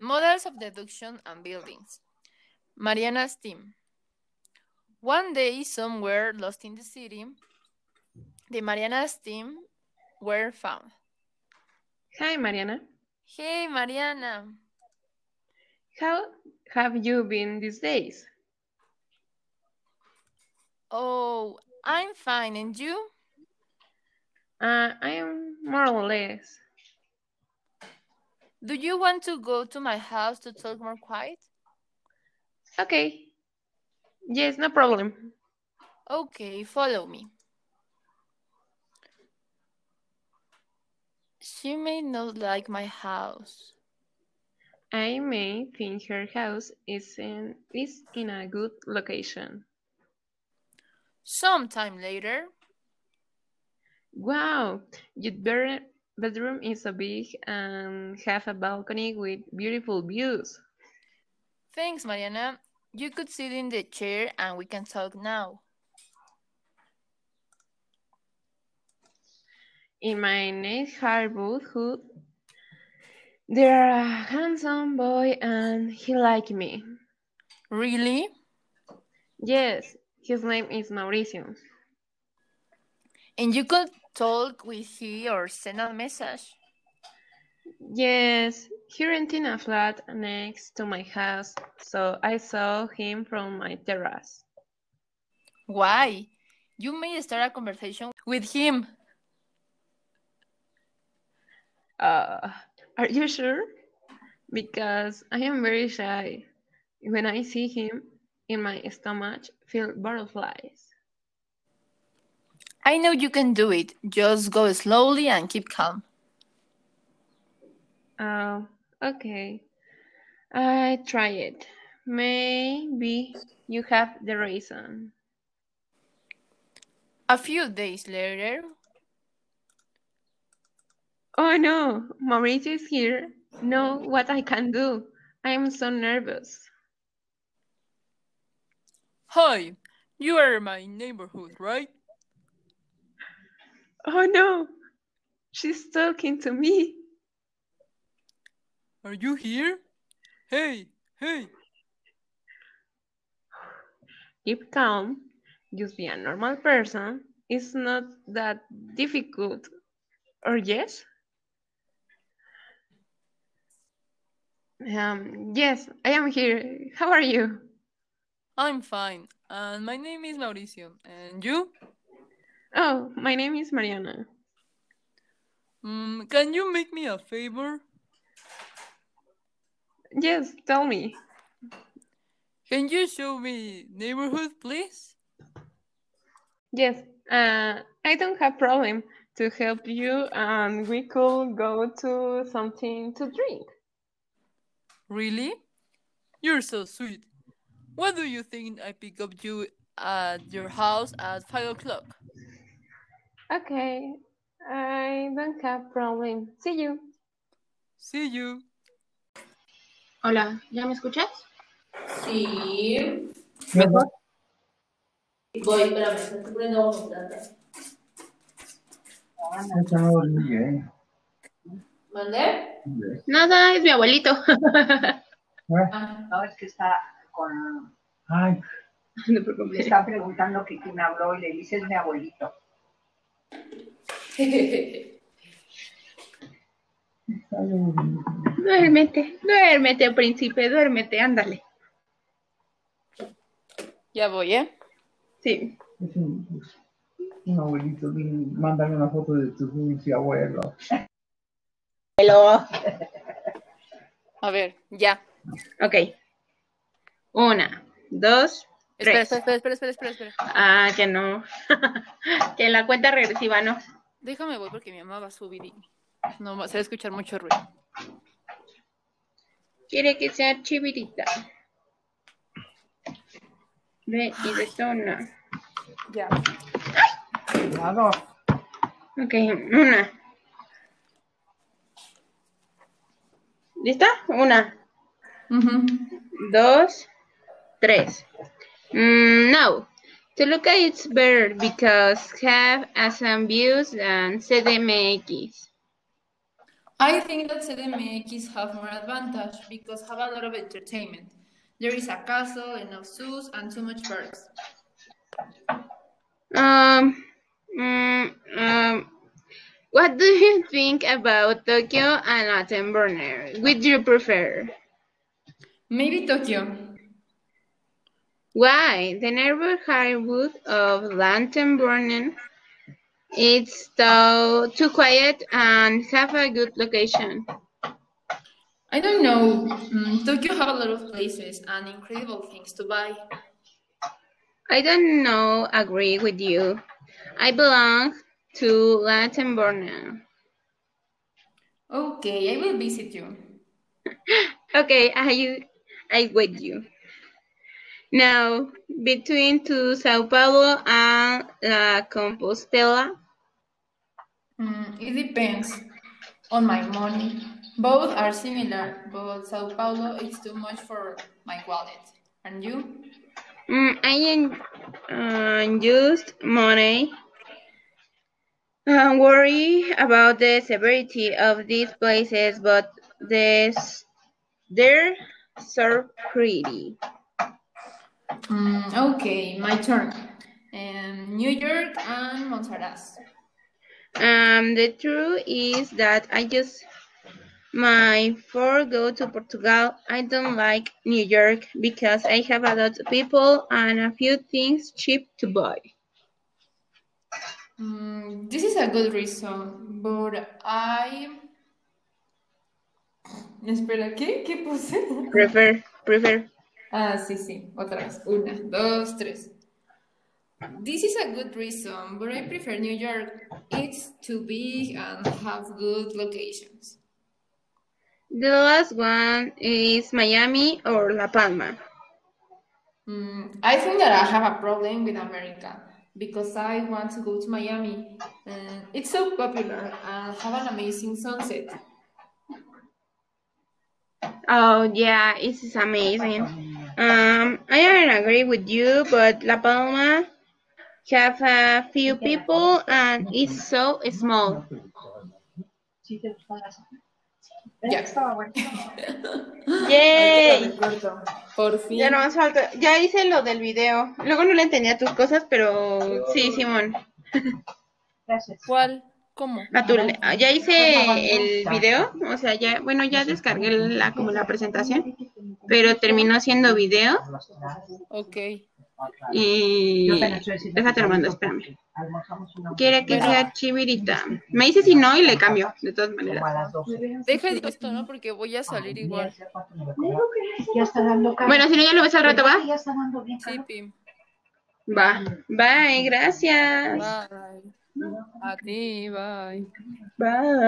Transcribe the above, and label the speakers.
Speaker 1: Models of Deduction and Buildings. Mariana's team. One day, somewhere lost in the city, the Mariana's team were found.
Speaker 2: Hi, Mariana.
Speaker 1: Hey, Mariana.
Speaker 2: How have you been these days?
Speaker 1: Oh, I'm fine. And you?
Speaker 2: Uh, I am more or less.
Speaker 1: Do you want to go to my house to talk more quiet?
Speaker 2: Okay. Yes, no problem.
Speaker 1: Okay, follow me. She may not like my house.
Speaker 2: I may think her house is in, is in a good location.
Speaker 1: Sometime later,
Speaker 2: Wow, your ber- bedroom is so big and have a balcony with beautiful views.
Speaker 1: thanks, Mariana. You could sit in the chair and we can talk now.
Speaker 2: In my next neighborhood, there are a handsome boy and he like me.
Speaker 1: Really?
Speaker 2: Yes, his name is Mauricio.
Speaker 1: And you could talk with he or send a message.
Speaker 2: Yes, he renting a flat next to my house, so I saw him from my terrace.
Speaker 1: Why? You may start a conversation with him.
Speaker 2: Uh, are you sure? Because I am very shy. When I see him, in my stomach feel butterflies.
Speaker 1: I know you can do it. Just go slowly and keep calm.
Speaker 2: Oh, okay. I try it. Maybe you have the reason.
Speaker 1: A few days later,
Speaker 2: Oh no, Mauricio is here. Know what I can do. I am so nervous.
Speaker 1: Hi, you are my neighborhood, right?
Speaker 2: Oh no, she's talking to me.
Speaker 1: Are you here? Hey, hey.
Speaker 2: Keep calm. Just be a normal person. It's not that difficult. Or yes? Um, yes, I am here. How are you?
Speaker 1: I'm fine. And my name is Mauricio. And you?
Speaker 2: Oh, my name is Mariana.
Speaker 1: Mm, can you make me a favor?
Speaker 2: Yes, tell me.
Speaker 1: Can you show me neighborhood, please?
Speaker 2: Yes, uh, I don't have problem to help you, and we could go to something to drink.
Speaker 1: Really? You're so sweet. What do you think I pick up you at your house at five o'clock?
Speaker 2: Okay, I don't have problem. See you.
Speaker 1: See you.
Speaker 2: Hola, ¿ya me escuchas?
Speaker 3: Sí.
Speaker 2: Mejor.
Speaker 3: Voy, espérame, me estoy cubriendo un plata.
Speaker 4: Eso no lo olvidé, ¿eh?
Speaker 3: ¿Mandé?
Speaker 2: Nada, es mi abuelito.
Speaker 4: ¿Eh?
Speaker 3: Ah,
Speaker 5: No, es que está con,
Speaker 4: Ay,
Speaker 2: No te preocupes.
Speaker 5: está preguntando que quién habló y le dice es mi abuelito.
Speaker 4: ay, ay.
Speaker 2: Duérmete, duérmete, príncipe, duérmete, ándale.
Speaker 1: Ya voy, ¿eh?
Speaker 2: Sí.
Speaker 4: es un, pues, un abuelito, dile, mándame una foto de tu dulce abuelo.
Speaker 2: Hello.
Speaker 1: A ver, ya.
Speaker 2: Ok. Una, dos,
Speaker 1: Espera,
Speaker 2: tres.
Speaker 1: espera, espera, espera, espera, espera, espera.
Speaker 2: Ah, que no. que en la cuenta regresiva no.
Speaker 1: Déjame voy porque mi mamá va a subir y no va- se va a escuchar mucho ruido.
Speaker 2: Quiere que sea chivirita. Ve y de esto no.
Speaker 1: Ya.
Speaker 4: Nada.
Speaker 2: Ok, una. ¿Lista? Una, dos, tres. Mm, now, to look at it's better because have as some views and CDMX.
Speaker 6: I think that CDMX have more advantage because have a lot of entertainment. There is a castle, enough zoos, and too much birds.
Speaker 7: Um, mm, um, what do you think about Tokyo and Attenborough? Which do you prefer?
Speaker 6: Maybe Tokyo.
Speaker 7: Why? The neighborhood of Lantenbornen it's so too quiet and have a good location.
Speaker 6: I don't know. Mm, Tokyo have a lot of places and incredible things to buy.
Speaker 7: I don't know, agree with you. I belong to Lantenbornen.
Speaker 6: Okay, I will visit you.
Speaker 7: Okay, I, I with you. Now, between to Sao Paulo and La Compostela,
Speaker 6: Mm, it depends on my money. Both are similar, but Sao Paulo is too much for my wallet. And you?
Speaker 7: mm, I en- uh, used money. I worry about the severity of these places, but this, they're so pretty.
Speaker 6: Mm, okay, my turn. Um, New York and Montserrat.
Speaker 7: Um, the truth is that I just my four go to Portugal. I don't like New York because I have a lot of people and a few things cheap to buy.
Speaker 6: Mm, this is a good reason, but I. Espera, ¿qué? ¿Qué puse?
Speaker 7: Prefer, prefer.
Speaker 6: Ah, sí, sí, otra vez. Una, dos, tres. This is a good reason, but I prefer New York. It's too big and have good locations.
Speaker 7: The last one is Miami or La Palma.
Speaker 6: Mm, I think that I have a problem with America because I want to go to Miami. Uh, it's so popular and have an amazing sunset.
Speaker 7: Oh yeah, this is amazing. Um, I don't agree with you, but La Palma have a few people and it's so small.
Speaker 4: Sí, te gustó la sopa.
Speaker 6: Ya.
Speaker 4: Estaba bueno.
Speaker 7: Yay!
Speaker 6: Por fin.
Speaker 7: Ya no más falta. Ya hice lo del video. Luego no le entendía tus cosas, pero sí, Simón.
Speaker 4: Gracias.
Speaker 6: ¿Cuál? ¿Cómo?
Speaker 7: A tu- Ya hice el video. O sea, ya, bueno, ya descargué la, como la presentación, pero terminó siendo video.
Speaker 6: Ok.
Speaker 7: Y
Speaker 4: Yo te anuncio decir-
Speaker 7: déjate lo mando, espérame.
Speaker 4: Almorzamos una
Speaker 7: Quiere que
Speaker 6: Bueno.
Speaker 7: sea chivirita. Me dice si no y le cambio, de todas
Speaker 4: como
Speaker 7: maneras.
Speaker 4: a las 12.
Speaker 6: Deja de esto, ¿no? Porque voy a salir
Speaker 1: Ah,
Speaker 6: igual.
Speaker 4: Ya está dando calor.
Speaker 7: Bueno, si no, ya lo ves al rato, va.
Speaker 4: Ya está dando bien
Speaker 6: Sí,
Speaker 4: calor.
Speaker 6: Pim.
Speaker 7: Va. Bye, gracias.
Speaker 6: Bye. A ti, bye.
Speaker 7: Bye.